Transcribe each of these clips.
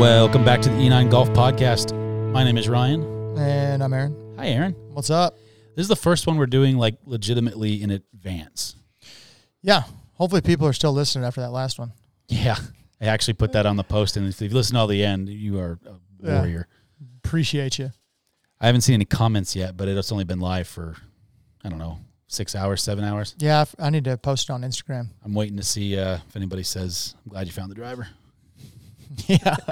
Welcome back to the E9 Golf Podcast. My name is Ryan. And I'm Aaron. Hi, Aaron. What's up? This is the first one we're doing like legitimately in advance. Yeah. Hopefully people are still listening after that last one. Yeah. I actually put that on the post, and if you listen all the end, you are a Yeah. warrior. Appreciate you. I haven't seen any comments yet, but it's only been live for, I don't know, six hours, seven hours. Yeah, I f- I need to post it on Instagram. I'm waiting to see uh, if anybody says, I'm glad you found the driver. Yeah.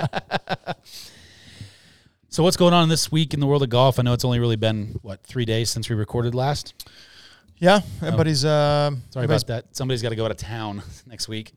So, what's going on this week in the world of golf? I know it's only really been, what, three days since we recorded last? Yeah. Everybody's um Sorry everybody's, about that. Somebody's got to go out of town next week.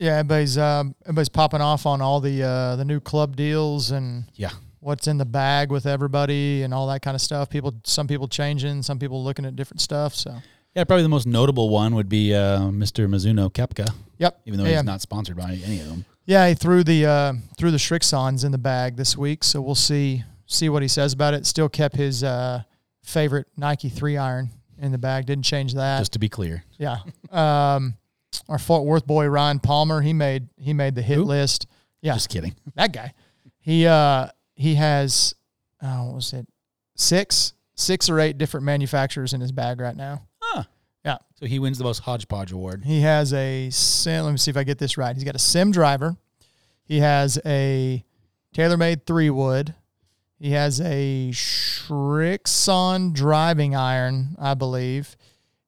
yeah, everybody's um everybody's popping off on all the uh the new club deals and Yeah. what's in the bag with everybody and all that kind of stuff. People some people changing, some people looking at different stuff. So Yeah, probably the most notable one would be uh, Mr. Mizuno Kepka, Yep. even though yeah. he's not sponsored by any of them. Yeah, he threw the uh, threw the Strixons in the bag this week, so we'll see see what he says about it. Still kept his uh, favorite Nike three iron in the bag. Didn't change that. Just to be clear, yeah. Um, our Fort Worth boy Ryan Palmer, he made he made the hit Who? list. Yeah, just kidding. that guy. He uh he has uh, what was it six six or eight different manufacturers in his bag right now. So he wins the most hodgepodge award. He has a sim. Let me see if I get this right. He's got a sim driver. He has a TaylorMade three wood. He has a Shrixon driving iron, I believe.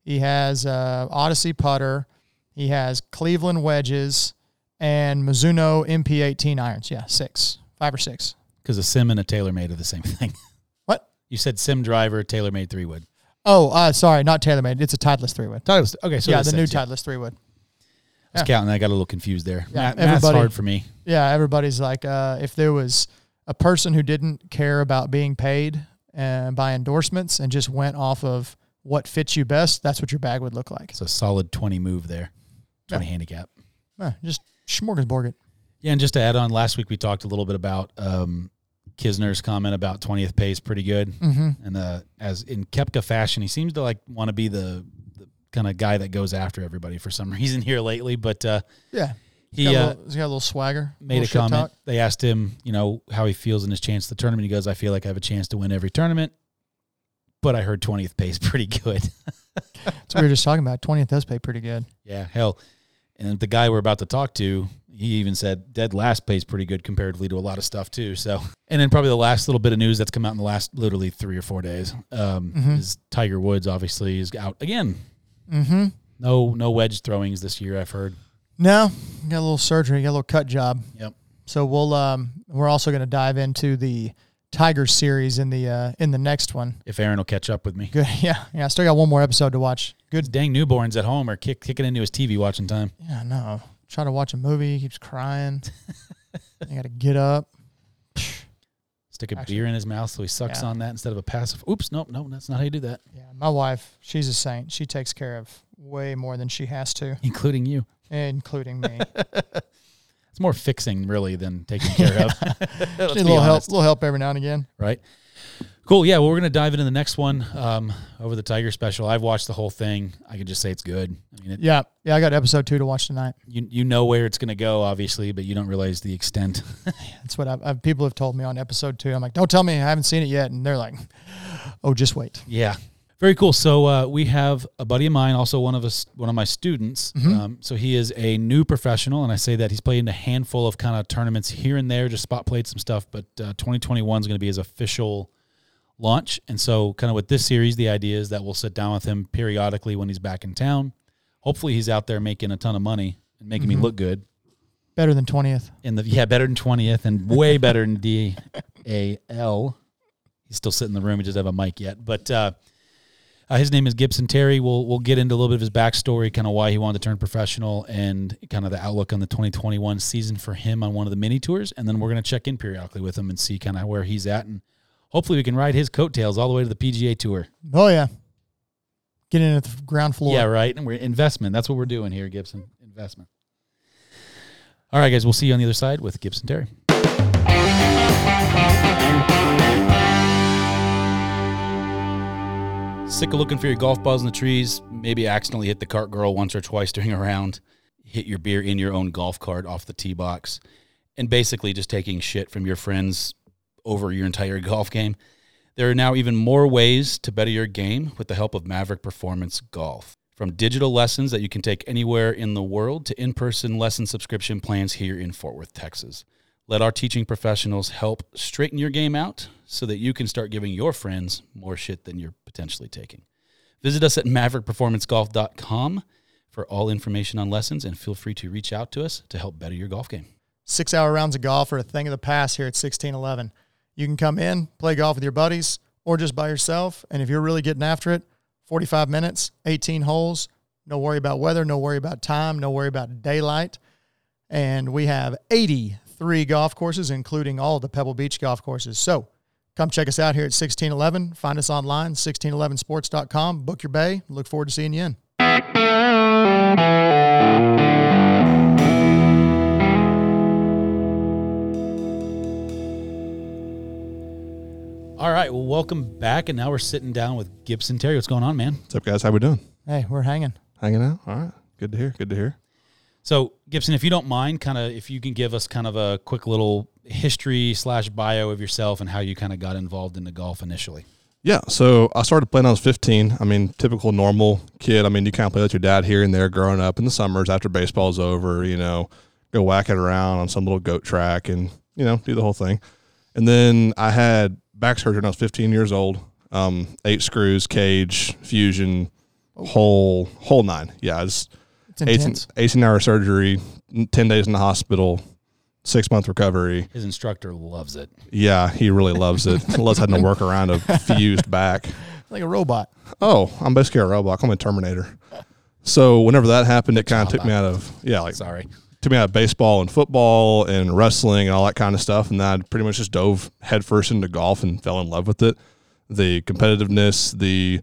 He has a Odyssey putter. He has Cleveland wedges and Mizuno MP18 irons. Yeah, six, five or six. Because a sim and a TaylorMade are the same thing. What? You said sim driver, TaylorMade three wood. Oh, uh, sorry, not TaylorMade. It's a Titleist three wood. Titleist. Okay, so yeah, the new title. Titleist three wood. I was counting. I got a little confused there. Yeah, Math- math's everybody- hard for me. Yeah, everybody's like, uh, if there was a person who didn't care about being paid uh, by endorsements and just went off of what fits you best, that's what your bag would look like. It's a solid twenty move there. Twenty handicap. Uh, just smorgasbord it. Yeah, and just to add on, last week we talked a little bit about um, Kisner's comment about 20th pace pretty good, Mm-hmm. and uh, as in Kepka fashion, he seems to like want to be the, the kind of guy that goes after everybody for some reason here lately. But uh, Yeah, he he's got, a uh, little, he's got a little swagger. made a little shit comment. talk. They asked him, you know, how he feels in his chance at the tournament. He goes, "I feel like I have a chance to win every tournament." But I heard 20th pace pretty good. That's what we were just talking about. Twentieth does pay pretty good. Yeah, hell. And the guy we're about to talk to, he even said dead last pays pretty good comparatively to a lot of stuff too. So, and then probably the last little bit of news that's come out in the last literally three or four days um, Mhm. is Tiger Woods obviously is out again. Mm-hmm. No, no wedge throwings this year. I've heard. No, got a little surgery, got a little cut job. Yep. So we'll um, we're also going to dive into the Tiger series in the uh, in the next one. If Aaron will catch up with me, Good. Yeah, yeah. I still got one more episode to watch. Good his dang newborns at home are kick, kicking into his TV watching time. Yeah, no. Try to watch a movie, he keeps crying. I got to get up. Stick a Actually- beer in his mouth so he sucks Yeah. on that instead of a passive. Oops, nope, nope. That's not how you do that, Yeah, my wife, she's a saint. She takes care of way more than she has to, including you. including me. It's more fixing really than taking care of. Let's Need a be little help, honest. little help every now and again. right? Cool. Yeah. Well, we're gonna dive into the next one um, over the Tiger special. I've watched the whole thing. I can just say it's good. I mean, it, Yeah, yeah. I got episode two to watch tonight. you you know where it's gonna go, obviously, but you don't realize the extent. That's what I've, I've, people have told me on episode two. I'm like, don't tell me I haven't seen it yet, and they're like, oh, just wait. yeah. Very cool. So uh, we have a buddy of mine, also one of us, one of my students. Um, so he is a new professional, and I say that he's played in a handful of kind of tournaments here and there, just spot played some stuff. But uh, 2021 is going to be his official launch. And so, kind of with this series, the idea is that we'll sit down with him periodically when he's back in town. Hopefully, he's out there making a ton of money and making me look good. Better than twentieth. In the yeah, better than twentieth and way better than D A L. He's still sitting in the room. He doesn't have a mic yet, but uh, uh, his name is Gibson Terry. We'll we'll get into a little bit of his backstory, kind of why he wanted to turn professional, and kind of the outlook on the 2021 season for him on one of the mini tours. And then we're gonna check in periodically with him and see kind of where he's at, and hopefully we can ride his coattails all the way to the PGA Tour. Oh yeah. Get in at the ground floor. Yeah, right. And we're investment. That's what we're doing here, Gibson. Investment. All right, guys. We'll see you on the other side with Gibson Terry. Sick of looking for your golf balls in the trees. Maybe accidentally hit the cart girl once or twice during a round. Hit your beer in your own golf cart off the tee box and basically just taking shit from your friends over your entire golf game. There are now even more ways to better your game with the help of Maverick Performance Golf. From digital lessons that you can take anywhere in the world to in person lesson subscription plans here in Fort Worth, Texas. Let our teaching professionals help straighten your game out so that you can start giving your friends more shit than you're potentially taking. Visit us at maverickperformancegolf.com for all information on lessons and feel free to reach out to us to help better your golf game. Six hour rounds of golf are a thing of the past here at 1611. You can come in, play golf with your buddies, or just by yourself. And if you're really getting after it, 45 minutes, 18 holes, no worry about weather, no worry about time, no worry about daylight. And we have 83 golf courses, including all the Pebble Beach golf courses. So come check us out here at 1611. Find us online, 1611sports.com. Book your bay. Look forward to seeing you in. All right, well, welcome back. And now we're sitting down with Gibson Terry. What's going on, man? What's up, guys? How we doing? Hey, we're hanging. Hanging out? All right. Good to hear. Good to hear. So, Gibson, if you don't mind, kind of if you can give us kind of a quick little history slash bio of yourself and how you kind of got involved in the golf initially. Yeah. So I started playing when I was 15. I mean, typical normal kid. I mean, you kind of play with your dad here and there growing up in the summers after baseball's over, you know, go whack it around on some little goat track and, you know, do the whole thing. And then I had back surgery when I was 15 years old. Um, eight screws, cage, fusion, whole, whole nine. Yeah. It's It's 18, intense. 18 hour surgery, 10 days in the hospital, six month recovery. His instructor loves it. Yeah, he really loves it. loves having to work around a fused back. Like a robot. Oh, I'm basically a robot. I'm a Terminator. So whenever that happened, it kind of took me out of yeah, like Sorry. took me out of baseball and football and wrestling and all that kind of stuff. And then I pretty much just dove headfirst into golf and fell in love with it. The competitiveness, the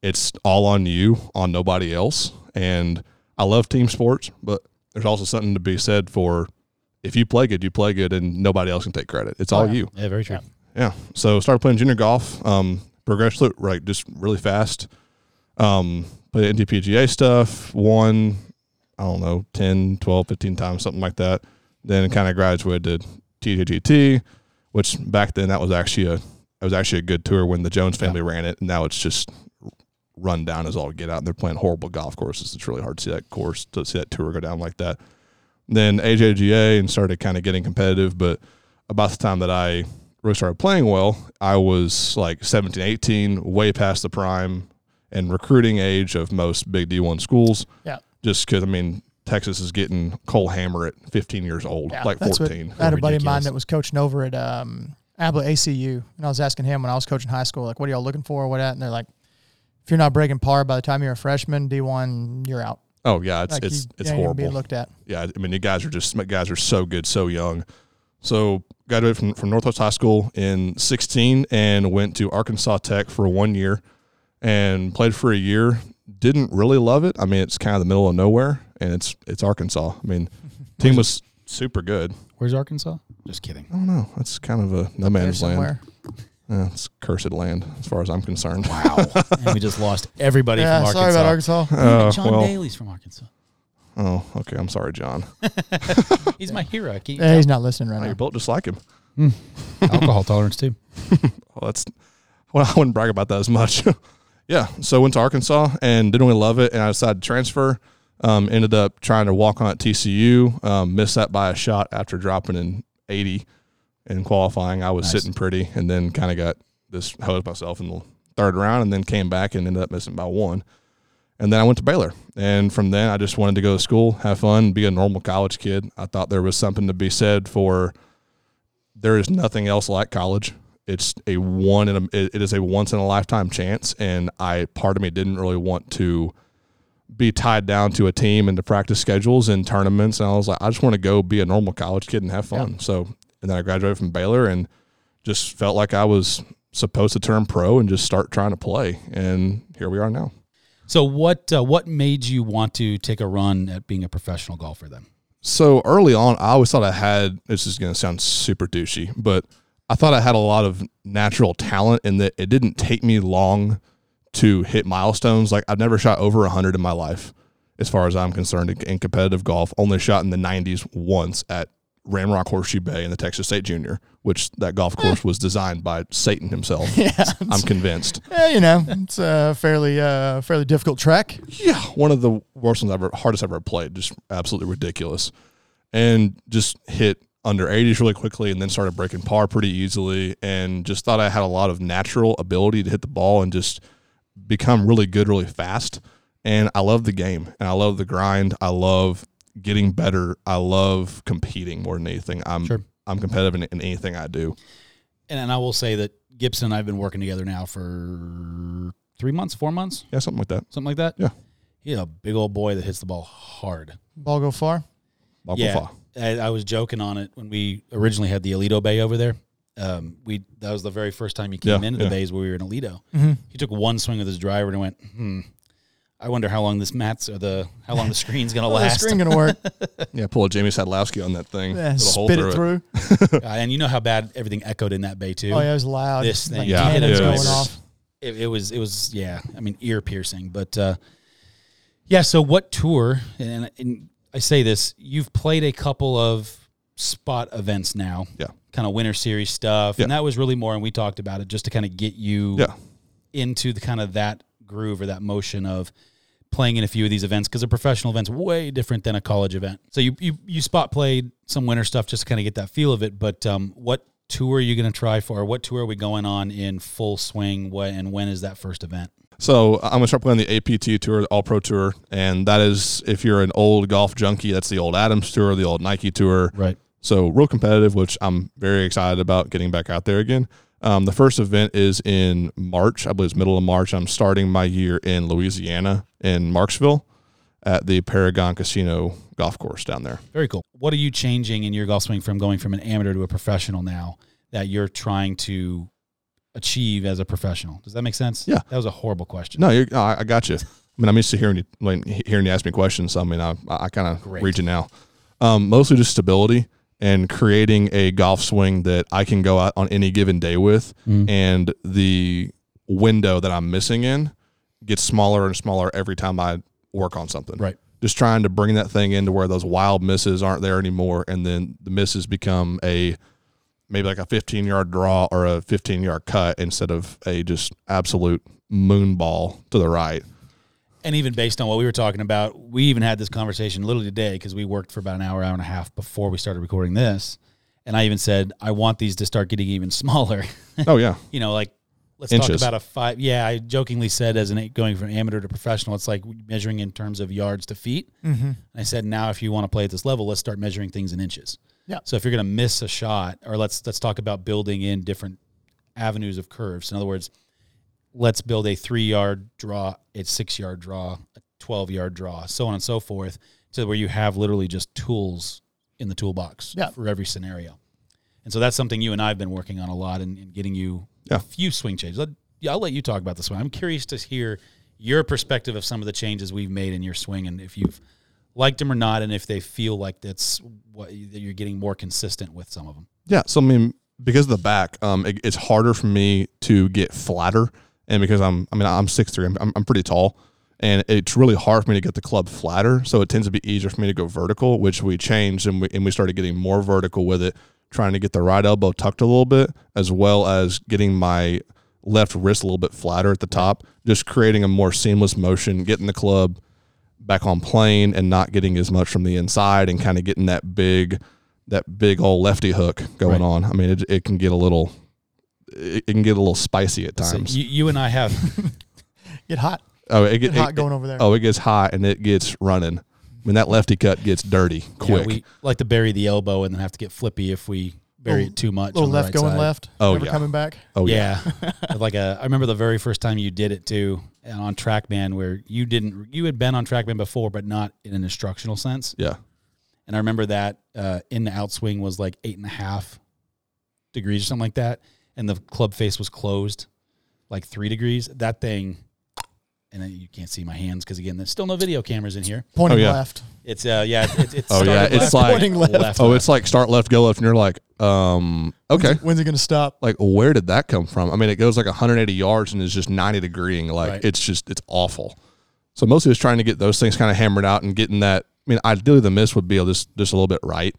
it's all on you, on nobody else. And I love team sports, but there's also something to be said for if you play good, you play good, and nobody else can take credit. It's all you. Oh, Yeah, very true. Yeah. So started playing junior golf. Um, progressed through it, right, just really fast. Um, played NTPGA stuff, won, I don't know, 10, 12, 15 times, something like that. Then kind of graduated to TJGT, which back then that was actually a it was actually a good tour when the Jones family ran it. And now it's just run down as all get out, and they're playing horrible golf courses. It's really hard to see that course to see that tour go down like that. Then AJGA and started kind of getting competitive, but about the time that I really started playing well, I was like 17, 18, way past the prime and recruiting age of most big D1 schools. Yeah. Just because, I mean, Texas is getting Cole Hammer at 15 years old, Yeah, like that's what- 14. I had a buddy of mine Ridiculous. that was coaching over at um, Abla ACU, and I was asking him when I was coaching high school, like, what are y'all looking for? What at? And they're like, if you're not breaking par by the time you're a freshman, D1, you're out. Oh, yeah. It's, Like, it's, you it's ain't even being horrible. looked at. yeah, I mean, you guys are just guys are so good, so young. So graduated from, from Northwest High School in 16 and went to Arkansas Tech for one year and played for a year. Didn't really love it. I mean, it's kind of the middle of nowhere, and it's it's Arkansas. I mean, team was super good. Where's Arkansas? Just kidding. I don't know. That's kind of a no man's There's land. somewhere. Yeah, it's cursed land as far as I'm concerned. Wow. and we just lost everybody Yeah, from Arkansas. sorry about Arkansas. Uh, John well, Daly's from Arkansas. oh, okay. I'm sorry, John. He's my hero. I can't Eh, he's not listening Oh, right you're now. built just like him. alcohol tolerance too. well, that's well, I wouldn't brag about that as much. yeah, so went to Arkansas and didn't really love it, and I decided to transfer. Um, ended up trying to walk on at TCU, um, missed that by a shot after dropping in 80 in qualifying. I was Nice. sitting pretty, and then kind of got this hosed myself in the third round, and then came back and ended up missing by one. And then I went to Baylor, and from then I just wanted to go to school, have fun, be a normal college kid. I thought there was something to be said for there is nothing else like college. It's a one in a, it it is a once in a lifetime chance, and I part of me didn't really want to be tied down to a team and to practice schedules and tournaments. And I was like, I just want to go be a normal college kid and have fun. So, and then I graduated from Baylor and just felt like I was supposed to turn pro and just start trying to play. And here we are now. So what uh, what made you want to take a run at being a professional golfer then? so early on, I always thought I had. This is going to sound super douchey, but I thought I had a lot of natural talent in that it didn't take me long to hit milestones. Like I've never shot over hundred in my life, as far as I'm concerned, in- in competitive golf. Only shot in the 90s once at Ramrock Horseshoe Bay in the Texas State Junior, which that golf course was designed by Satan himself. Yeah, I'm convinced. yeah, you know, it's a fairly uh, fairly difficult track. Yeah, one of the worst ones I've ever, hardest I've ever played. Just absolutely ridiculous, and just hit under 80s really quickly, and then started breaking par pretty easily, and just thought I had a lot of natural ability to hit the ball and just become really good really fast. And I love the game, and I love the grind. I love getting better. I love competing more than anything. I'm Sure. I'm competitive in, in anything I do. And, and I will say that Gibson and I have been working together now for three months, four months, Yeah, something like that. something like that. Yeah. He's a big old boy that hits the ball hard. Ball go far. Bubble yeah. file. I, I was joking on it when we originally had the Alito Bay over there. Um, we that was the very first time he came Yeah, into the yeah. bays where we were in Alito. Mhm. He took one swing with his driver and went, "Hmm, I wonder how long this mats or the how long the screen's gonna Oh, the last." screen gonna work. Yeah, pull a Jamie Sadlowski on that thing. Yeah, put a hole spit it through. Uh, and you know how bad everything echoed in that bay too. Oh yeah, it was loud. This thing. like Yeah, cannons it going was- off. It, it was it was yeah. I mean ear piercing, but uh, yeah. So what tour? And, and I say this: you've played a couple of spot events now. Yeah. Kind of winter series stuff, and Yeah. that was really more. And we talked about it just to kind of get you Yeah. into the kind of that groove or that motion of playing in a few of these events because a professional event's way different than a college event. So you you you spot played some winter stuff just to kind of get that feel of it. But um, what tour are you going to try for? What tour are we going on in full swing? What and when is that first event? So I'm gonna start playing the APT tour, the All Pro Tour, and that is if you're an old golf junkie, that's the old Adams tour, the old Nike tour. Right. So real competitive, which I'm very excited about getting back out there again. Um, the first event is in March, I believe it's middle of March. I'm starting my year in Louisiana in Marksville at the Paragon Casino golf course down there. Very cool. What are you changing in your golf swing from going from an amateur to a professional now that you're trying to achieve as a professional? Does that make sense? Yeah. That was a horrible question. No, you're, no I, I got you. I mean, I'm used to hearing you like, he- hearing you ask me questions. So I mean, I I kind of Great. read you now. Um, mostly just stability and creating a golf swing that I can go out on any given day with, Mm. and the window that I'm missing in gets smaller and smaller every time I work on something. Right. Just trying to bring that thing into where those wild misses aren't there anymore, and then the misses become a maybe like a 15 yard draw or a 15 yard cut instead of a just absolute moon ball to the right. and even based on what we were talking about, we even had this conversation literally today because we worked for about an hour, hour and a half before we started recording this. And I even said, I want these to start getting even smaller. Oh yeah, you know, like let's Inches. talk about a five. Yeah, I jokingly said as an going from amateur to professional, it's like measuring in terms of yards to feet. Mm-hmm. And I said, now if you want to play at this level, let's start measuring things in inches. Yeah. So if you're going to miss a shot, or let's let's talk about building in different avenues of curves. In other words, let's build a three yard draw, a six yard draw, a twelve yard draw, so on and so forth, to where you have literally just tools in the toolbox Yeah. for every scenario. And so that's something you and I have been working on a lot and, and getting you Yeah. a few swing changes. Let, yeah, I'll let you talk about this one. I'm curious to hear your perspective of some of the changes we've made in your swing and if you've liked them or not, and if they feel like that's what that you're getting more consistent with some of them. yeah. So I mean, because of the back, um, it, it's harder for me to get flatter, and because I'm, I mean, I'm six three, I'm, I'm I'm pretty tall, and it's really hard for me to get the club flatter. So it tends to be easier for me to go vertical, which we changed and we and we started getting more vertical with it, trying to get the right elbow tucked a little bit, as well as getting my left wrist a little bit flatter at the top, just creating a more seamless motion, getting the club back on plane and not getting as much from the inside and kind of getting that big that big old lefty hook going Right. on. I mean, it, it can get a little it, it can get a little spicy at So times. you, you and I have Get hot. oh, it, get, Get hot it- going over there. oh, it gets hot and it gets running. When that lefty cut gets dirty yeah, quick. we like to bury the elbow and then have to get flippy if we bury Little- it too much. little on the left right going side. left. Oh, never yeah. coming back. oh yeah. yeah. like a, I remember the very first time you did it too and on TrackMan where you didn't, you had been on TrackMan before, but not in an instructional sense. Yeah. And I remember that uh, in the outswing was like eight and a half degrees or something like that. And the club face was closed like three degrees. That thing, and then you can't see my hands because again, there's still no video cameras in here. Pointing Oh, yeah. left. It's, uh, yeah, it, it, it Oh, yeah, started it's like- Pointing left. Oh, it's like start left, go left, and you're like, um, okay. When's it gonna stop? Like where did that come from? I mean, it goes like 180 yards and is just 90 degreeing. Like Right. it's just it's awful. So mostly just trying to get those things kind of hammered out and getting that. I mean, ideally the miss would be just just a little bit right,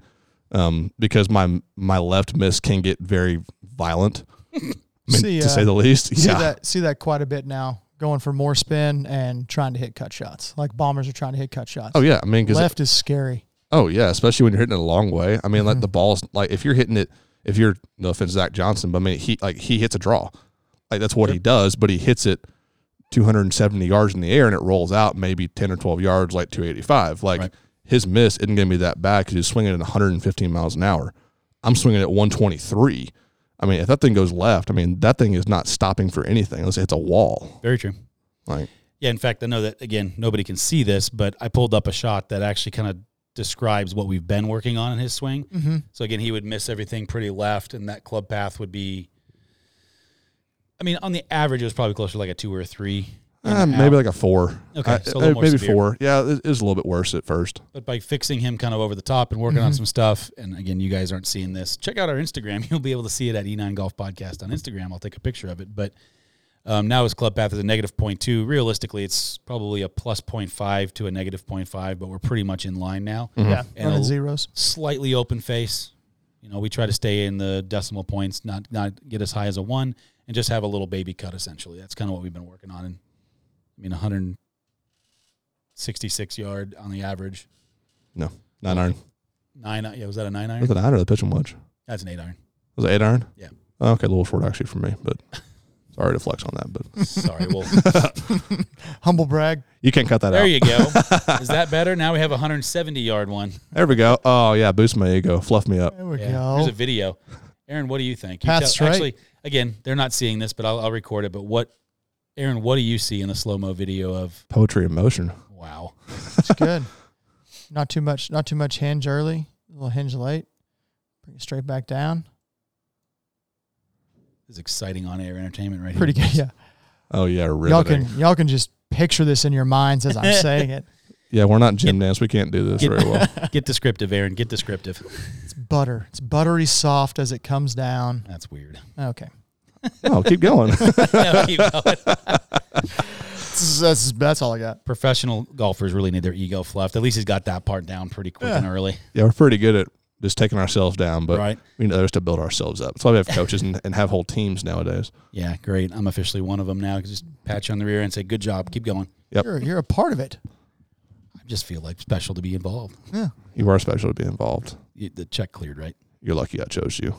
um, because my my left miss can get very violent, I mean, See, to uh, say the least. See Yeah, that see that quite a bit now. Going for more spin and trying to hit cut shots. Like bombers are trying to hit cut shots. oh yeah. I mean, 'cause it- Left is scary. Oh yeah, especially when you're hitting it a long way. I mean, Mm-hmm. like the ball's like if you're hitting it, if you're no offense Zach Johnson, but I mean he like he hits a draw, like that's what he does. But he hits it 270 yards in the air and it rolls out maybe 10 or 12 yards, like 285. Like Right. his miss isn't going to be that bad because he's swinging at 115 miles an hour. I'm swinging at 123. I mean, if that thing goes left, I mean that thing is not stopping for anything unless it's a wall. Very true. Like Yeah, in fact, I know that again, nobody can see this, but I pulled up a shot that actually kind of describes what we've been working on in his swing. Mm-hmm. So again, he would miss everything pretty left, and that club path would be. I mean, on the average, it was probably closer to like a two or a three. in eh, and out. maybe like a four. Okay, Uh, so a little uh, more maybe severe. four. Yeah, it it was a little bit worse at first. but by fixing him kind of over the top and working on some stuff, and again, you guys aren't seeing this. Check out our Instagram; you'll be able to see it at E9 Golf Podcast on Instagram. I'll take a picture of it. But um, now his club path is a negative point two. Realistically, it's probably a plus point five to a negative point five, but we're pretty much in line now. Hmm. Yeah. And Running a- zeros. slightly open face. You know, we try to stay in the decimal points, not not get as high as a one, and just have a little baby cut. Essentially, that's kind of what we've been working on. And I mean, 166 yard on the average. No, nine iron. Nine, yeah, was that a nine Was iron? it an iron or the pitching wedge? That's an eight iron. Was it eight iron? Yeah. Oh, okay, a little short actually for me, but sorry to flex on that. But Sorry, well, Humble brag. you can't cut that there out. you go. Is that better? Now we have a 170 yard one. There we go. Oh yeah, boost my ego, fluff me up. There we Yeah, go. Here's a video. Aaron, what do you think? You Pat Strike. Actually, again, they're not seeing this, but I'll, I'll record it. But what, Aaron, what do you see in the slow mo video of? Poetry in motion. Wow. It's good. Not too much. Not too much hinge early. A little hinge late. Bring it straight back down. This is exciting on air entertainment right Pretty here. good. Yeah. Oh yeah, Y'all riveting. can y'all can just picture this in your minds as I'm saying it. yeah, we're not gym dance. We can't do this Get- very well. Get descriptive, Aaron. Get descriptive. It's butter. It's buttery soft as it comes down. That's weird. Okay. Oh, keep going. No, keep going. That's that's all I got. Professional golfers really need their ego fluffed. At least he's got that part down pretty quick and early. yeah, we're pretty good at just taking ourselves down, but Right. we need others to build ourselves up. That's why we have coaches and, and have whole teams nowadays. Yeah, great. I'm officially one of them now. Just pat you on the rear and say, good job. Keep going. Yep. You're you're a part of it. I just feel like special to be involved. You are special to be involved. You- The check cleared, right? You're lucky I chose you.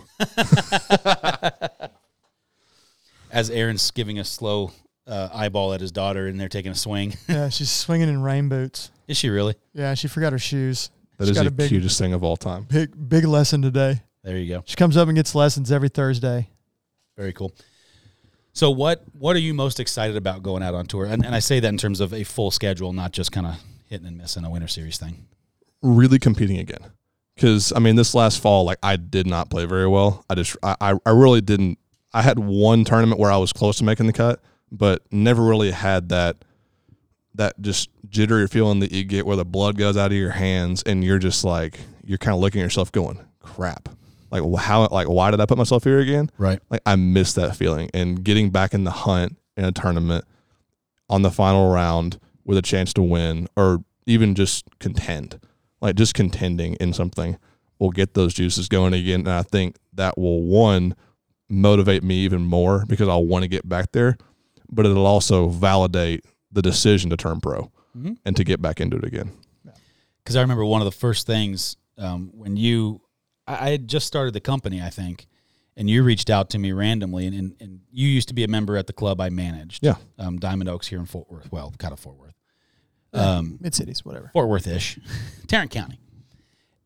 As Aaron's giving a slow uh, eyeball at his daughter and they're taking a swing. Yeah, she's swinging in rain boots. Is she really? Yeah, she forgot her shoes. That She's is got the a big- cutest thing of all time. Big big lesson today. There you go. She comes up and gets lessons every Thursday. Very cool. So what what are you most excited about going out on tour? And, and I say that in terms of a full schedule, not just kind of hitting and missing a winter series thing. really competing again. Cause I mean, this last fall, like I did not play very well. I just, I, I- I really didn't. I had one tournament where I was close to making the cut, but never really had that, that just jittery feeling that you get where the blood goes out of your hands and you're just like, you're kind of looking at yourself going, crap. Like, wh- how, like, why did I put myself here again? Right. Like, I miss that feeling and getting back in the hunt in a tournament on the final round with a chance to win or even just contend like just contending in something will get those juices going again and i think that will one motivate me even more because i'll want to get back there but it'll also validate the decision to turn pro Mhm. and to get back into it again because I remember one of the first things um, when you, I, I had just started the company, I think, and you reached out to me randomly, and, and, and you used to be a member at the club I managed, Yeah. um, Diamond Oaks here in Fort Worth, well, kind of Fort Worth, um, Mid cities, whatever. Fort Worth ish, Tarrant County,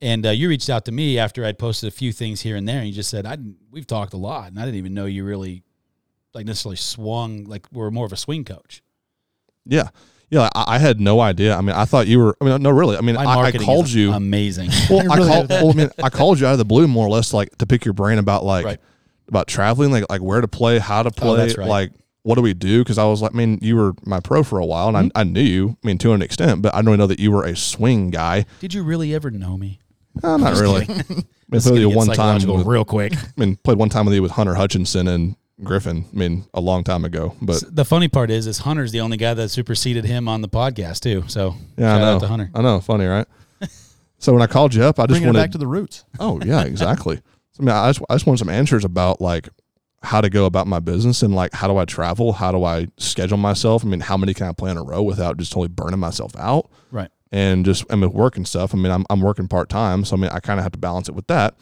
and uh, you reached out to me after I'd posted a few things here and there, and you just said, "I didn't- we've talked a lot, and I didn't even know you really." Like necessarily swung like we're more of a swing coach. yeah yeah i, I had no idea i mean i thought you were i mean no really i mean My I, I marketing is called you amazing. well, I, really call, did that. well, I mean, I called you out of the blue more or less, like to pick your brain about like Right. Oh, about traveling, like like where to play, how to play, that's right. like what do we do? Because I was like, I mean, you were my pro for a while, and Mm-hmm. I, I knew you, I mean, to an extent, but I don't really know that you were a swing guy. Did you really ever know me? No, not really. I mean, It's gonna played get one time. psychological With, real quick. I mean, played one time with you with Hunter Hutchinson and Griffin. I mean, a long time ago, but The funny part is, is Hunter's the only guy that superseded him on the podcast too. So yeah, shout I know. out to Hunter. I know, funny, right? So when I called you up, I just Bringing it wanted back to the roots. Oh yeah, exactly. so, I mean, I just, I just want some answers about like how to go about my business and like how do I travel? How do I schedule myself? I mean, how many can I play in a row without just totally burning myself out? Right. And just I mean, work and stuff. I mean, I'm I'm working part time, so I mean, I kind of have to balance it with that.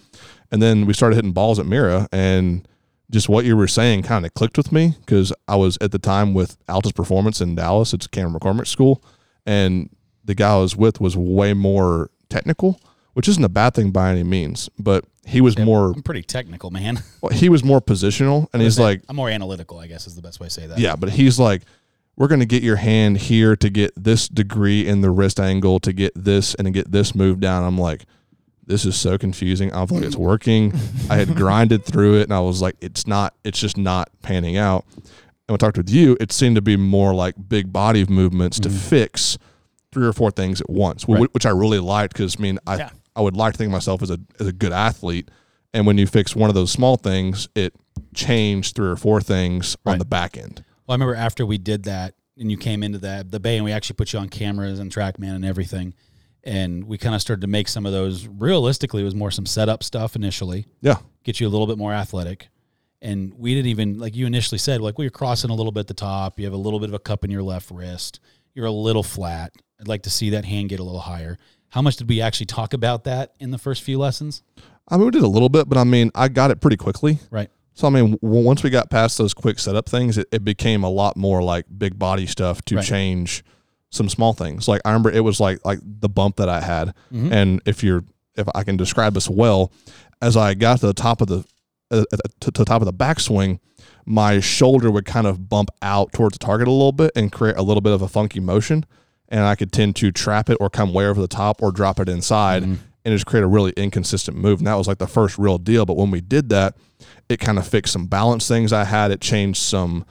And then we started hitting balls at Mira and. Just what you were saying kind of clicked with me because I was at the time with Altus Performance in Dallas. It's Cameron McCormick School, and the guy I was with was way more technical, which isn't a bad thing by any means. But he was more I'm pretty technical, man. well, he was more positional, and he's like, I'm more analytical, I guess is the best way to say that. yeah, but he's like, we're going to get your hand here to get this degree in the wrist angle to get this and to get this move down. I'm like, this is so confusing. I'm like, it's working. I had grinded through it, and I was like, it's not. It's just not panning out. And when I talked with you, it seemed to be more like big body movements to fix three or four things at once, wh- which I really liked because I mean, I Yeah. I would like to think of myself as a as a good athlete. And when you fix one of those small things, it changed three or four things on Right. the back end. Well, I remember after we did that and you came into that the bay and we actually put you on cameras and TrackMan and everything. And we kind of started to make some of those realistically it was more some setup stuff initially. Yeah. get you a little bit more athletic. And we didn't even like you initially said, like well, you're crossing a little bit at the top. You have a little bit of a cup in your left wrist. You're a little flat. I'd like to see that hand get a little higher. How much did we actually talk about that in the first few lessons? I mean, we did a little bit, but I mean, I got it pretty quickly. Right. So I mean, w- once we got past those quick setup things, it, it became a lot more like big body stuff to Right. change some small things. Like I remember, it was like like the bump that I had, and if you're if I can describe this well, as I got to the top of the uh, uh, to, to the top of the backswing, my shoulder would kind of bump out towards the target a little bit and create a little bit of a funky motion, and I could tend to trap it or come way over the top or drop it inside. And just create a really inconsistent move. And that was like the first real deal. But when we did that, it kind of fixed some balance things I had. It changed some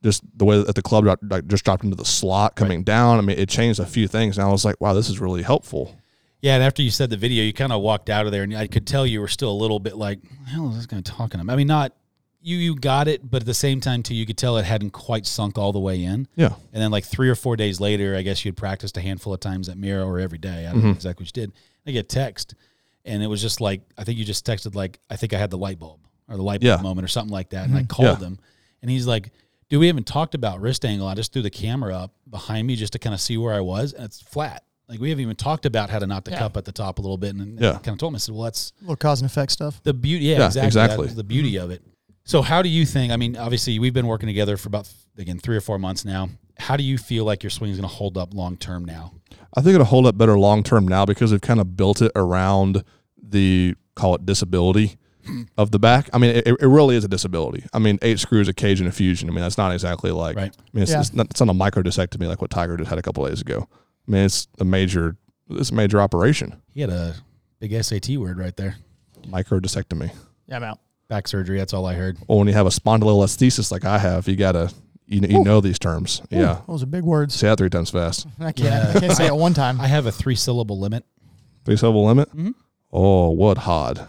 just the way that the club dropped, like just dropped into the slot coming down. I mean, it changed a few things, and I was like, wow, this is really helpful. Yeah, and after you said the video, you kind of walked out of there, and I could tell you were still a little bit like, "The "Hell, is this guy talking?" to me?" I mean, not you. You got it, but at the same time, too, you could tell it hadn't quite sunk all the way in. Yeah, And then like three or four days later, I guess you'd practiced a handful of times at Mira or every day. I Mm-hmm. don't know exactly what you did. I get a text and it was just like, I think you just texted like, I think I had the light bulb or the light bulb Yeah. Mm-hmm. moment or something like that. And I called him and he's like, dude, we haven't talked about wrist angle. I just threw the camera up behind me just to kind of see where I was and it's flat. Like we haven't even talked about how to knot the cup at the top a little bit. And, and Yeah. kind of told him, I said, well, that's little cause and effect stuff. the beauty, yeah, Yeah, exactly. exactly. That was the beauty of it. So, how do you think? I mean, obviously, we've been working together for about again three or four months now. How do you feel like your swing is going to hold up long term now? I think it'll hold up better long term now because we've kind of built it around the call it disability of the back. I mean, it, it really is a disability. I mean, eight screws, a cage, and a fusion. I mean, that's not exactly like. Right. I mean, it's, Yeah. it's, not, it's not a microdisectomy like what Tiger just had a couple days ago. I mean, it's a major, it's a major operation, He had a big SAT word right there. microdisectomy. Yeah, I'm out. Back surgery. That's all I heard. Well, when you have a spondylolisthesis like I have, you gotta you know, you know these terms. Yeah, Those are big words. say that three times fast. I can't. I can't say it one time. I have a three syllable limit. Three syllable limit. Mm-hmm. Oh, what hard.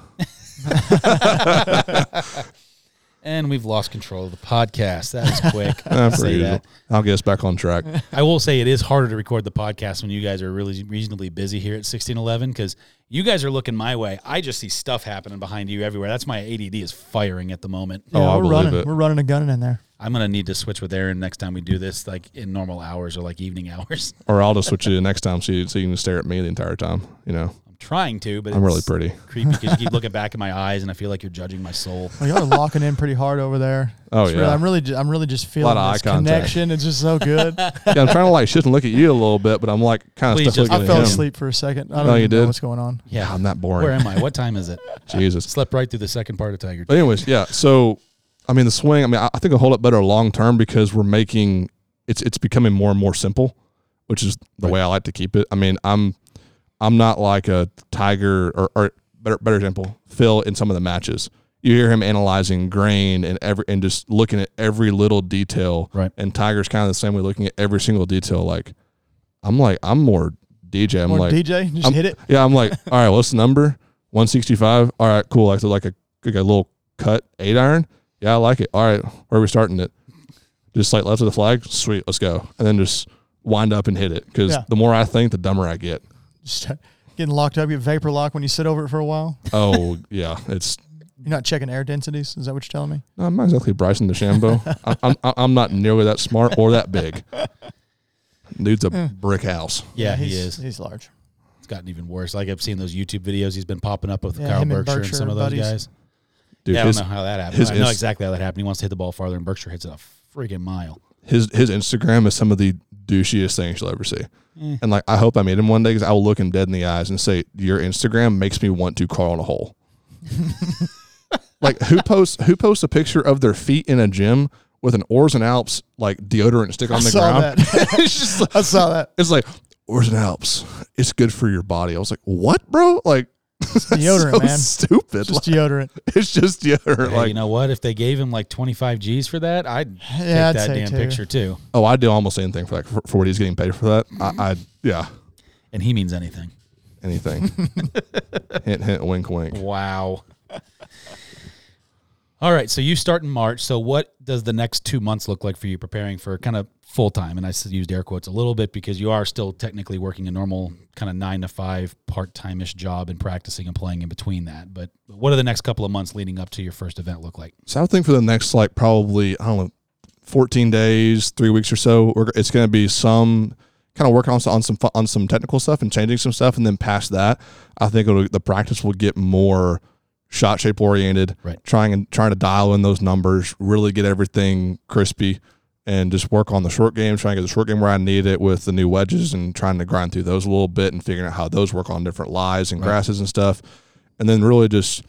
And we've lost control of the podcast. That was quick. Eh, I'll per say usual. that. I'll get us back on track. I will say it is harder to record the podcast when you guys are really reasonably busy here at 1611 because you guys are looking my way. I just see stuff happening behind you everywhere. That's my ADD is firing at the moment. Yeah, Oh, I we're believe running. it. We're running a gunning in there. I'm gonna need to switch with Aaron next time we do this, like in normal hours or like evening hours. Or I'll just switch you to next time so you, so you can stare at me the entire time. You know, I'm trying to, but I'm really it's pretty. creepy because you keep looking back in my eyes, and I feel like you're judging my soul. Well, y'all are locking in pretty hard over there. Oh, It's yeah. really- I'm really, ju- I'm really just feeling of this eye contact. connection. It's just so good. I Yeah, I'm trying to like shift and look at you a little bit, but I'm like kind Please of just- stuck I looking at fell him. asleep for a second. I don't No, you even know did. what's going on. Yeah, I'm that boring. Where am I? What time is it? Jesus. Slept right through the second part of Tiger. But anyways, yeah. So, I mean, the swing. I mean, I I think it'll hold up better long term because we're making it's it's becoming more and more simple, which is the way I like to keep it. I mean, I'm I'm not like a tiger or, or better better example, Phil in some of the matches. You hear him analyzing grain and every and just looking at every little detail. Right. And Tiger's kind of the same way, looking at every single detail. Like, I'm like I'm more DJ. I'm Or like DJ, just I'm- hit it. yeah, I'm like, all right, what's the number? 165. All right, cool. Like, so like a like a little cut eight iron. Yeah, I like it. All right, where are we starting it? Just like left of the flag. Sweet, let's go. And then just wind up and hit it because Yeah. the more I think, the dumber I get. Just, Getting locked up, you get vapor lock when you sit over it for a while. Oh yeah, it's You're not checking air densities. Is that what you're telling me? no, I'm not exactly Bryson DeChambeau. I- I'm I'm I'm not nearly that smart or that big. Dude's a brick house. Yeah, he is. he's- He's large. It's gotten even worse. Like I've seen those YouTube videos. He's been popping up with Yeah, Kyle him and Berkshire and, Berkshire some of those buddies. guys. Dude, yeah, I don't his, know how that happened. his I know inst- exactly how that happened. He wants to hit the ball farther, and Berkshire hits it a freaking mile. his his Instagram is some of the douchiest things you'll ever see. Mm. And like, I hope I meet him one day because I will look him dead in the eyes and say, "Your Instagram makes me want to crawl in a hole." like, who posts who posts a picture of their feet in a gym with an Oars and Alps like deodorant stick on I the saw ground? that. it's just like, I saw that. it's like Oars and Alps. It's good for your body. I was like, "What, bro?" Like, deodorant, so man. Stupid. It's just deodorant. Like, it's just deodorant. Hey, like, you know what? If they gave him like 25 G's for that, I'd take I'd that say damn too. picture too. oh, I'd do almost anything for like for, for what he's getting paid for that. I, I yeah. And he means anything. anything. hint, hint, wink, wink. Wow. All right, so you start in March. So what does the next two months look like for you preparing for kind of full time? And I s- used air quotes a little bit because you are still technically working a normal kind of nine to five part time ish job and practicing and playing in between that. But what do the next couple of months leading up to your first event look like? So I would think for the next like probably I don't know, fourteen days, three weeks or so, we're, it's going to be some kind of working on, on some fu- on some technical stuff and changing some stuff, and then past that, I think it'll, the practice will get more shot shape oriented. Right. Trying and trying to dial in those numbers, really get everything crispy. And just work on the short game, trying to get the short game where I need it with the new wedges and trying to grind through those a little bit and figuring out how those work on different lies and Right. grasses and stuff. And then really just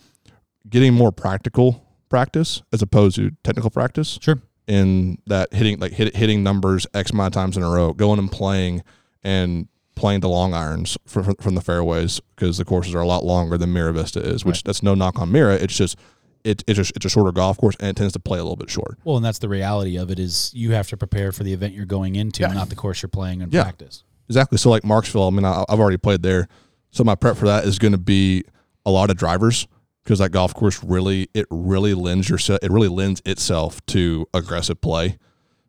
getting more practical practice as opposed to technical practice Sure. in that hitting like hit, hitting numbers x amount of times in a row going and playing and playing the long irons from, from the fairways because the courses are a lot longer than mira vista is which that's no knock on mira it's just it, it's, a, it's a shorter golf course and it tends to play a little bit short Well, and that's the reality of it is you have to prepare for the event you're going into, not the course you're playing in Yeah. practice. exactly so like marksville i mean I, i've already played there so my prep for that is going to be a lot of drivers because that golf course really it really lends yourself it really lends itself to aggressive play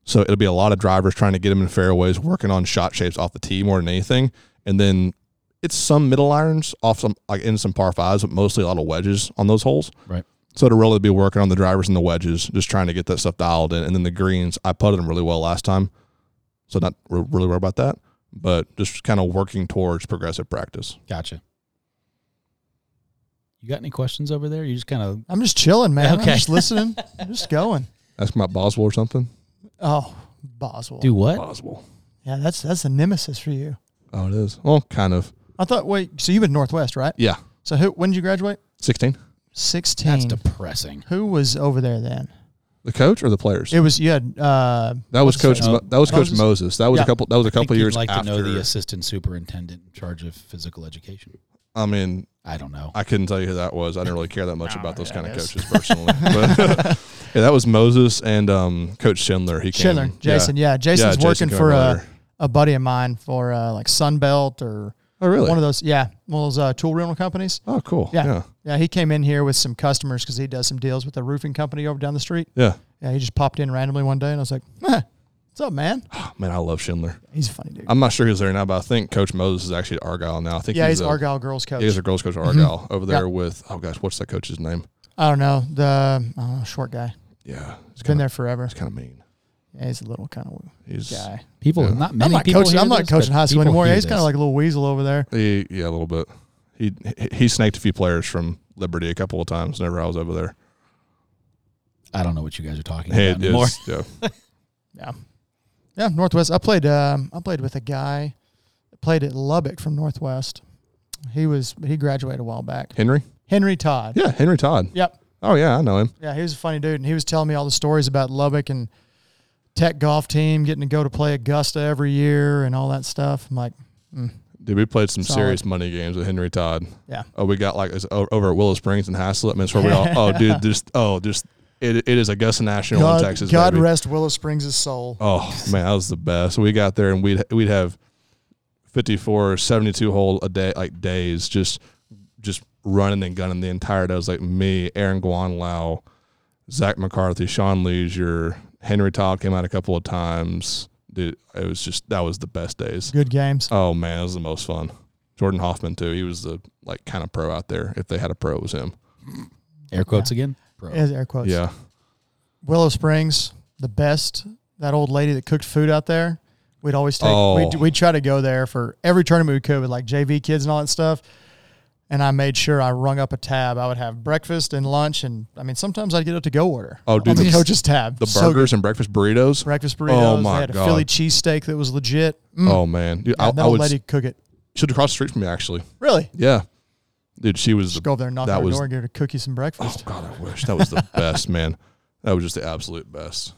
So it'll be a lot of drivers trying to get them in fairways, working on shot shapes off the tee more than anything, and then it's some middle irons off some like in some par fives, but mostly a lot of wedges on those holes. Right. So it'll really be working on the drivers and the wedges, just trying to get that stuff dialed in, and then the greens. I putted them really well last time, so not re- really worried about that, but just kind of working towards progressive practice. Gotcha. You got any questions over there? You just kind of I'm just chilling, man. Okay. I'm just listening. I'm just going. Ask about Boswell or something. Oh, Boswell. do what? Boswell. Yeah, that's that's a nemesis for you. Oh, it is. Well, kind of. I thought. Wait, so you've been Northwest, right? Yeah, So who? When did you graduate? sixteen. Sixteen. That's depressing. who was over there then? The coach or the players? It was you had. Uh, That was What's coach. his name? Mo- that was coach Moses? Moses. That was Yeah. a couple. That was a I think couple you'd years like after. to know the assistant superintendent in charge of physical education. I mean, I don't know. I couldn't tell you who that was. I didn't really care that much about those kind of Oh, it is. coaches personally. But yeah, that was Moses and um, Coach Schindler. He Schindler, came, Jason. Yeah. Yeah, Jason's Jason working came for over a, there. a buddy of mine for uh, like Sunbelt or Oh really? one of those. Yeah, one of those uh, tool rental companies. oh cool. Yeah. Yeah. yeah, Yeah. He came in here with some customers because he does some deals with a roofing company over down the street. Yeah, he just popped in randomly one day, and I was like, huh, "What's up, man?" Oh, man, I love Schindler. He's a funny dude. I'm not sure he's there now, but I think Coach Moses is actually at Argyle now. I think yeah, he's, he's a, Argyle girls coach. Mm-hmm. He is a girls coach at Argyle over Yeah. there with oh gosh, what's that coach's name? I don't know the I don't know, short guy. Yeah, he's Been kind of there forever. kind of mean. Yeah, he's a little kind of He's guy. People, Yeah. not many I'm not people. coaching. hear I'm not this, coaching but high people school anymore. hear He's kind this. of like a little weasel over there. he, yeah a little bit. He he- he snaked a few players from Liberty a couple of times. Whenever I was over there. I don't know what you guys are talking Hey, about it anymore. is. Yeah. Yeah, yeah. Northwest. I played. Um, I played with a guy. that Played at Lubbock from Northwest. He was he graduated a while back. Henry? Henry Todd. Yeah, Henry Todd. Yep. Oh, yeah, I know him. Yeah, he was a funny dude, and he was telling me all the stories about Lubbock and Tech golf team getting to go to play Augusta every year and all that stuff. I'm like, Dude, we played some Solid. serious money games with Henry Todd. yeah, Oh, we got like it's o- over at Willow Springs and Haslett. Man, it's where we all, oh, dude, just, oh, just, it, it is Augusta National God, in Texas. God baby. rest Willow Springs' soul. Oh, man, that was the best. We got there and we'd, we'd have 54 or 72 hole a day, like days, just, just running and gunning the entire day. It was like me, Aaron Guanlao, Zach McCarthy, Sean Leisure, Henry Todd came out a couple of times. Dude, it was just, that was the best days. Uh, Good games. Oh man, it was the most fun. Jordan Hoffman too. He was the like kind of pro out there. If they had a pro, it was him. Air quotes again. Pro. As air quotes. Yeah, Willow Springs, the best. That old lady that cooked food out there. We'd always take. Oh. We'd, we'd try to go there for every tournament we could with like JV kids and all that stuff. And I made sure I rung up a tab. I would have breakfast and lunch, and I mean sometimes I'd get a to go order. Oh, dude, on the, the- coach's tab. the So burgers and breakfast burritos. good. breakfast burritos. Oh, my they had God. a Philly cheesesteak that was legit. Mm, Oh man, dude, I, that I old would lady could cook it. should across the street from me actually. Really? Yeah, dude, she was Just the go over there and knock that on her was- door and get her to cook you some Oh breakfast. God, I wish that was the best, man. That was just the absolute best.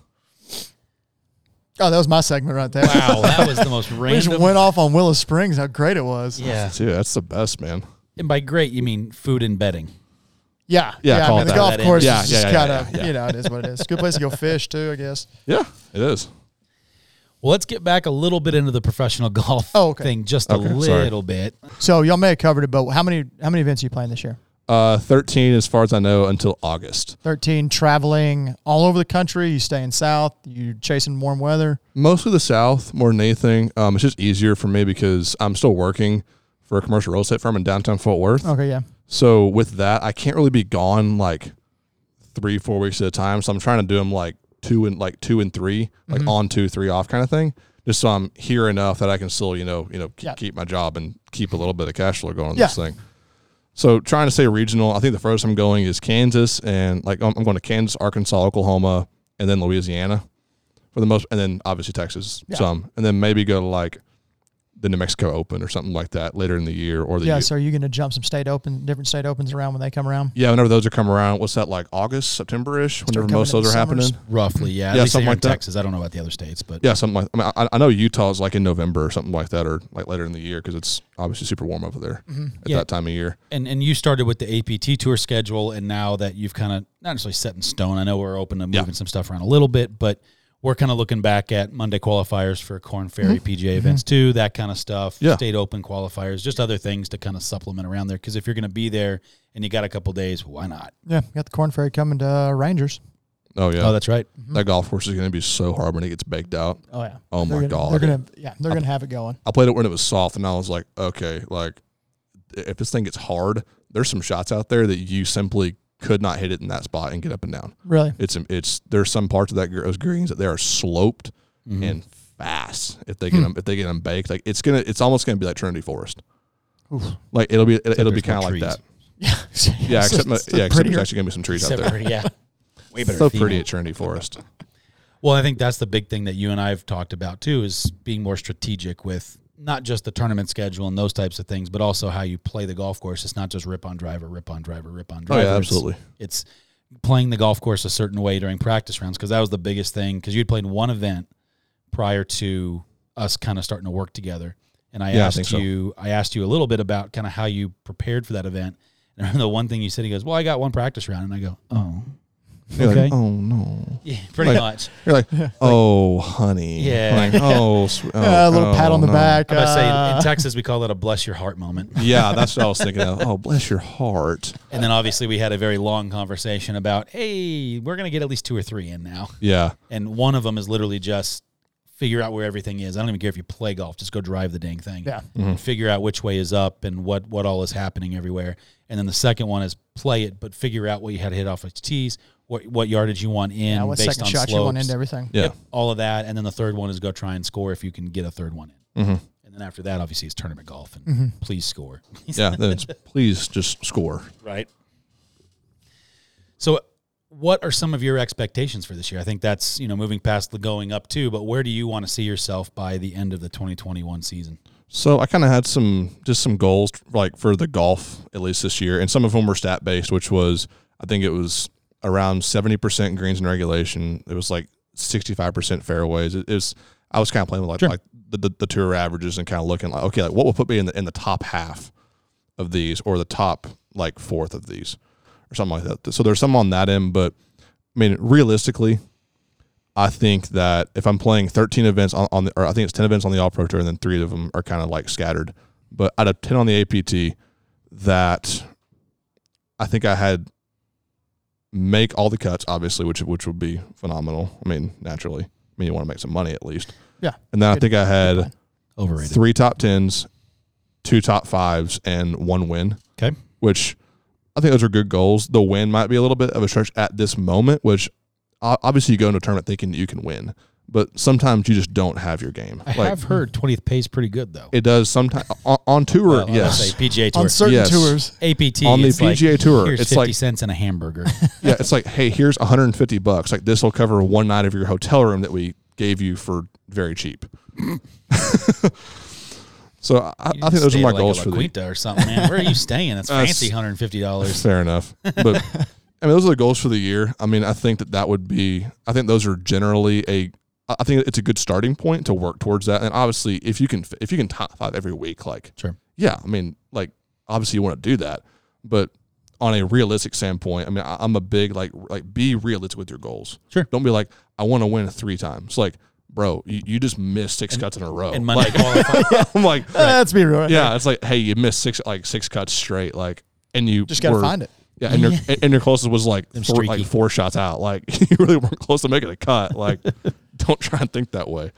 Oh, that was my segment right there. Wow, that was the most We just random. went off on Willow Springs. How great it was. Yeah, See, that's the best, man. and by great you mean food and bedding. Yeah, Yeah, I call mean, it the that. golf That in. course Yeah, is yeah, just yeah, kind of yeah, yeah. you know it is what it is. It's a good place to go fish too, I guess. Yeah, it is. Well, let's get back a little bit into the professional golf Oh, okay. thing, just a Okay, sorry. little bit. So y'all may have covered it, but how many how many events are you playing this year? Uh, thirteen, as far as I know, until August. Thirteen, traveling all over the country. You staying south. You chasing warm weather. Mostly the South, more than anything. Um, it's just easier for me because I'm still working for a commercial real estate firm in downtown Fort Worth. Okay, yeah. So with that, I can't really be gone like three, four weeks at a time. So I'm trying to do them like two and like two and three, like Mm-hmm. on two, three off kind of thing. Just so I'm here enough that I can still, you know, you know, k- Yeah. keep my job and keep a little bit of cash flow going on Yeah. this thing. So trying to stay regional. I think the first I'm going is Kansas, and like I'm I'm going to Kansas, Arkansas, Oklahoma, and then Louisiana for the most, and then obviously Texas Yeah. some, and then maybe go to like the New Mexico Open or something like that later in the year or the yeah. year- So are you going to jump some state open, different state opens around when they come around? yeah, whenever those are coming around, what's that like August, September ish? Whenever coming most of in those are the happening. summers. Roughly, yeah. At Yeah, least something here in like that. Texas. I don't know about the other states, but Yeah, something like I mean, I, I know Utah's like in November or something like that, or like later in the year because it's obviously super warm over there Mm-hmm. at Yeah. that time of year. and and you started with the APT tour schedule, and now that you've kind of not necessarily set in stone. I know we're open to moving Yeah. some stuff around a little bit, but we're kind of looking back at Monday qualifiers for Corn Ferry Mm-hmm. PGA events too, that kind of stuff. Yeah. State Open qualifiers, just other things to kind of supplement around there. Because if you're going to be there and you got a couple days, why not? Yeah, got the Corn Ferry coming to uh, Rangers. Oh yeah, Oh, that's right. that golf course is going to be so hard when it gets baked out. Oh yeah. Oh they're gonna, my god, They're gonna yeah they're gonna have it going. I played it when it was soft, and I was like, okay, like if this thing gets hard, there's some shots out there that you simply could not hit it in that spot and get up and down. Really. It's it's there's some parts of that gr- those greens that they are sloped and fast if they get them if they get them baked. Like it's gonna it's almost gonna be like Trinity Forest. Oof. Like it'll be it, will be there's no kind of like trees. that. Yeah. Yeah, except my- yeah, except there's prettier. actually gonna be some trees out Except there. for- yeah. Way better. So theme. pretty at Trinity Forest. Well, I think that's the big thing that you and I have talked about too is being more strategic with not just the tournament schedule and those types of things, but also how you play the golf course. It's not just rip on driver, rip on driver, rip on Oh, driver. yeah, It's- absolutely. It's, playing the golf course a certain way during practice rounds because that was the biggest thing because you'd played one event prior to us kind of starting to work together. And I Yeah, I asked think so. you, I asked you a little bit about kind of how you prepared for that event. And the one thing you said, he goes, "Well, I got one practice round," and I go, "Oh, You're like, Okay. oh no. yeah, pretty Like- much." You're like, oh honey. Yeah. Like, oh, sw- oh, Yeah, a little pat oh, on the no." back. I'm about to say uh, in Texas we call that a bless your heart moment. Yeah, that's what I was thinking of. Oh, bless your heart. And then obviously we had a very long conversation about, hey, we're gonna get at least two or three in now. Yeah. And one of them is literally just figure out where everything is. I don't even care if you play golf, just go drive the dang thing. Yeah. And figure out which way is up and what what all is happening everywhere. And then the second one is play it, but figure out what you had to hit off of tees, what what yardage you want in yeah, what based second on shot slopes, you want into everything. Yeah. all of that. And then the third one is go try and score if you can get a third one in. And then after that, obviously, it's tournament golf and Mm-hmm. please score. Yeah. Then it's please just score. Right. So, what are some of your expectations for this year? I think that's you know moving past the going up too, but where do you want to see yourself by the end of the 2021 season? So I kind of had some just some goals like for the golf at least this year, and some of them were stat based, which was I think it was around seventy percent greens in regulation. It was like sixty five percent fairways. It, it was I was kind of playing with like like the, the, the tour averages and kind of looking like okay, like what will put me in the in the top half of these or the top like fourth of these or something like that. So there's some on that end, but I mean realistically, I think that if I'm playing 13 events on, on the, or I think it's 10 events on the All Pro Tour, and then three of them are kind of like scattered. But out of 10 on the APT, that I think I had make all the cuts, obviously, which which would be phenomenal. I mean, naturally, I mean you want to make some money at least. Yeah. And then I Good- think I had plan. Overrated. three top tens, two top fives and one win, Okay. which I think those are good goals. The win might be a little bit of a stretch at this moment, which o- obviously you go into a tournament thinking that you can win, but sometimes you just don't have your game. I have heard 20th pays pretty good though. it does sometimes on, on tour. Well, I'll say yes, PGA tour. on certain Yes. tours. APT On the it's like, PGA Tour, Here's it's 50 like- cents and a hamburger. yeah. It's like, hey, here's 150 bucks. Like this will cover one night of your hotel room that we gave you for very cheap. so I, I You think just those are stayed my at, like goals a for La the Quinta or something. Man, where are you staying? That's That's- fancy, hundred and fifty dollars. Fair enough. But I mean, those are the goals for the year. I mean, I think that that would be. I think those are generally a. I I think it's a good starting point to work towards that. And obviously, if you can, if you can top five every week, like Sure. yeah. I mean, like obviously you want to do that, but on a realistic standpoint, I mean, I, I'm a big like like be realistic with your goals. Sure. Don't be like I want to win three times. Like, bro, you, you just missed six cuts in a row. And Monday Like, qualified. I'm like, Uh, let's be real. yeah. It's like, hey, you missed six like six cuts straight. Like, and you just gotta were- find it. yeah, and your and your closest was like Them four, streaky. like four shots out. Like you really weren't close to making a cut. Like don't try and think that way.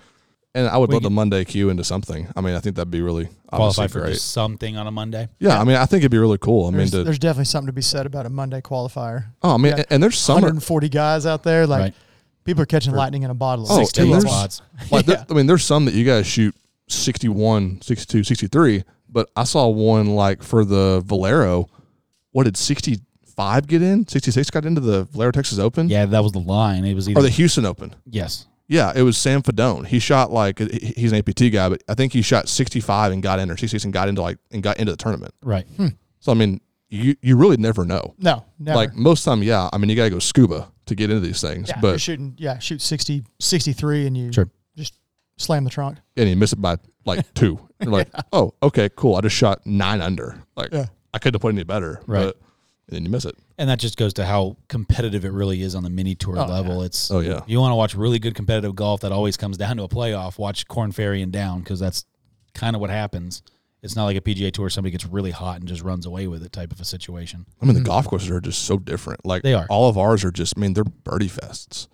And I would Well, love you- the Monday queue into something. I mean, I think that'd be really obviously qualified for great. just something on a Monday. yeah, I mean, I think it'd be really cool. I mean, There's, to, there's definitely something to be said about a Monday qualifier. oh, I mean, yeah. and- and there's summer. 140 guys out there, like Right. people are catching lightning in a bottle. Oh, Six and table there's- spots. Like, yeah. there- I mean, there's some that you guys shoot 61, 62, 63, but I saw one like for the Valero. What did 65 get in? 66 got into the Valero Texas Open Yeah, that was the line. It was either or the Houston Open. yes. Yeah, it was Sam Fedone. He shot like he- he's an APT guy, but I think he shot 65 and got in or 66 and got into like and got into the tournament. Right. So I mean, you you really never know. No, never. Like most time, yeah. I mean, you gotta go scuba to get into these things, yeah, you're but shooting, yeah, shoot 60, 63 and you Sure. just slam the trunk. and you miss it by like two. You're like, oh, okay, cool. I just shot nine under. Like Yeah. I couldn't have put any better, Right. But, and then you miss it. And that just goes to how competitive it really is on the mini tour level. It's Oh, yeah. You want to watch really good competitive golf that always comes down to a playoff. Watch Corn Ferry and down because that's kind of what happens. It's not like a PGA tour somebody gets really hot and just runs away with it type of a situation. I mean, the golf courses are just so different. Like Mm-hmm. They are. All of ours are just. I mean, they're birdie fests.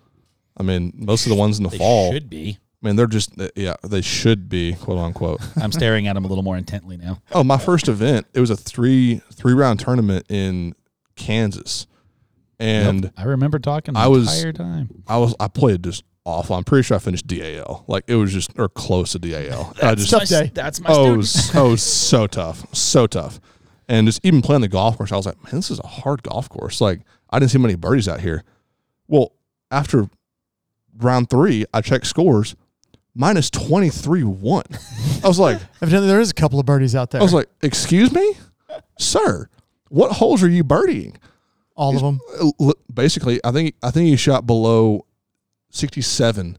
I mean, most of the ones in the They fall. should be. I mean, they're just. Yeah, they should be quote unquote. I'm staring at them a little more intently now. Oh, my first event. It was a three three round tournament in Kansas, and I remember talking the I was- entire time. I was I played just awful. I'm pretty sure I finished DAL. Like it was just or close to DAL. I just tough day. That's my oh oh, so so tough, so tough. And just even playing the golf course, I was like, man, this is a hard golf course. Like I didn't see many birdies out here. Well, after round three, I checked scores, minus twenty three one. I was like. Evidently, there is a couple of birdies out there. I was like, "Excuse me, sir, what holes are you birdieing?" all of them. Uh, l- Basically, I think I think he shot below sixty-seven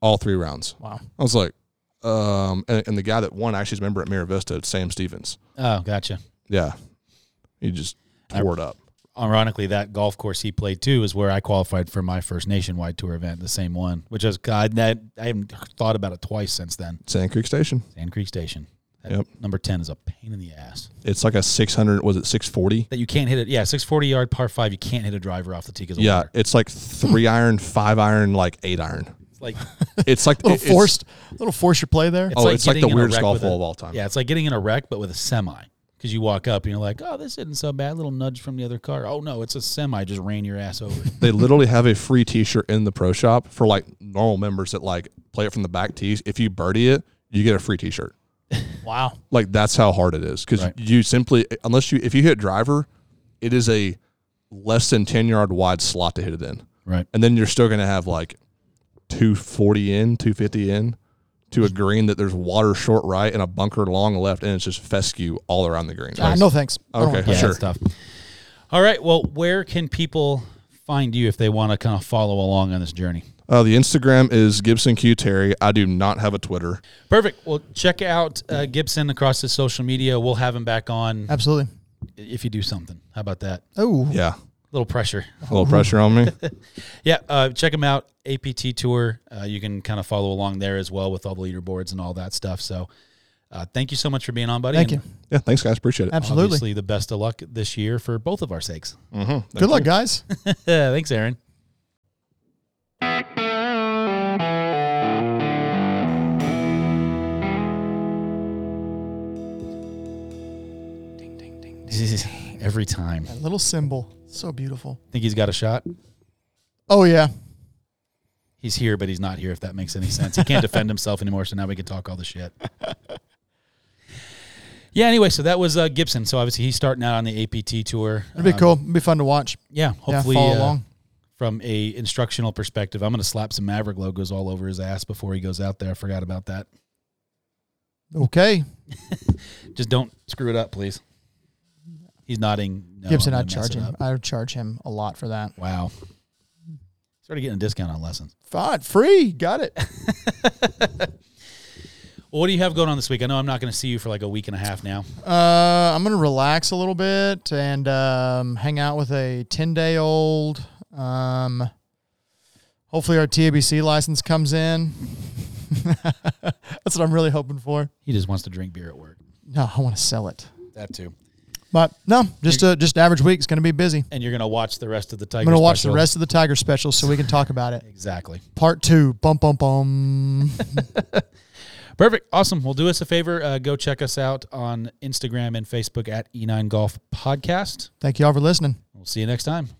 all three rounds. Wow. I was like, um, and, and the guy that won I actually is a member at Mira Vista, it's Sam Stevens. oh, gotcha. Yeah, he just tore it up. ironically, that golf course he played too is where I qualified for my first nationwide tour event, the same one, which is God, that I haven't thought about it twice since then. Sand Creek Station. Sand Creek Station. That Yep. Number 10 is a pain in the ass. It's like a six hundred. Was it six forty? That you can't hit it. Yeah, 640 yard par five, you can't hit a driver off the tee because of Yeah, water. it's like three iron, five iron, like eight iron. It's like, It's like little it's- forced, little force your play there. it's Oh, it's like getting in the a weirdest wreck golf with a- hole of all time. Yeah, it's like getting in a wreck, but with a semi. Because you walk up and you're like, oh, this isn't so bad. Little nudge from the other car. Oh, no, it's a semi. Just ran your ass over. they literally have a free t-shirt in the pro shop for like normal members that like play it from the back tees. If you birdie it, you get a free t-shirt. Wow. Like that's how hard it is because Right. you simply unless you if you hit driver, it is a less than ten yard wide slot to hit it in, right. and then you're still gonna have like two forty in, two fifty in. To a green that there's water short right and a bunker long left, and it's just fescue all around the Oh, green. Ah, no thanks. I don't Okay. wanna play. Yeah, Sure. that's tough. All right. Well, where can people find you if they want to kind of follow along on this journey? Uh, the Instagram is Gibson Q Terry. I do not have a Twitter. Perfect. Well, check out uh, Gibson across his social media. We'll have him back on Absolutely. if you do something. How about that? Oh, Yeah, little pressure. a little pressure on me. Yeah, uh, check him out. APT Tour. Uh, you can kind of follow along there as well with all the leaderboards and all that stuff. So, uh, thank you so much for being on, buddy. thank you. And Yeah, thanks guys, appreciate it. Absolutely. Obviously, the best of luck this year for both of our sakes. Mm-hmm. Good luck, guys. Thanks, Aaron. Every time. That little symbol, so beautiful. Think he's got a shot? Oh yeah, He's here, but he's not here, if that makes any sense. He can't defend himself anymore, so now we can talk all the shit. yeah, anyway, so that was uh, Gibson. So obviously he's starting out on the APT tour. it'd be Um, cool. It'd be fun to watch. Yeah, hopefully. yeah, follow uh, along. from a instructional perspective, I'm going to slap some Maverick logos all over his ass before he goes out there. I forgot about that. Okay, Just don't screw it up, please. He's nodding. No, Gibson, I'm I'd gonna charge mess it him. up. I'd charge him a lot for that. Wow. Started getting a discount on lessons. Fine, free, got it. Well, what do you have going on this week? I know I'm not going to see you for like a week and a half now. Uh, I'm gonna relax a little bit and um, hang out with a ten day old. Um, hopefully our TABC license comes in. That's what I'm really hoping for. He just wants to drink beer at work. No, I want to sell it. That too. But no, just a just an average week. It's gonna be busy. And you're going to watch the rest of the Tiger. I'm gonna watch the special. rest of the Tiger special so we can talk about it. Exactly. Part two. Bum bum bum. Perfect. Awesome. Well, do us a favor. Uh, go check us out on Instagram and Facebook at E9 Golf Podcast. Thank you all for listening. We'll see you next time.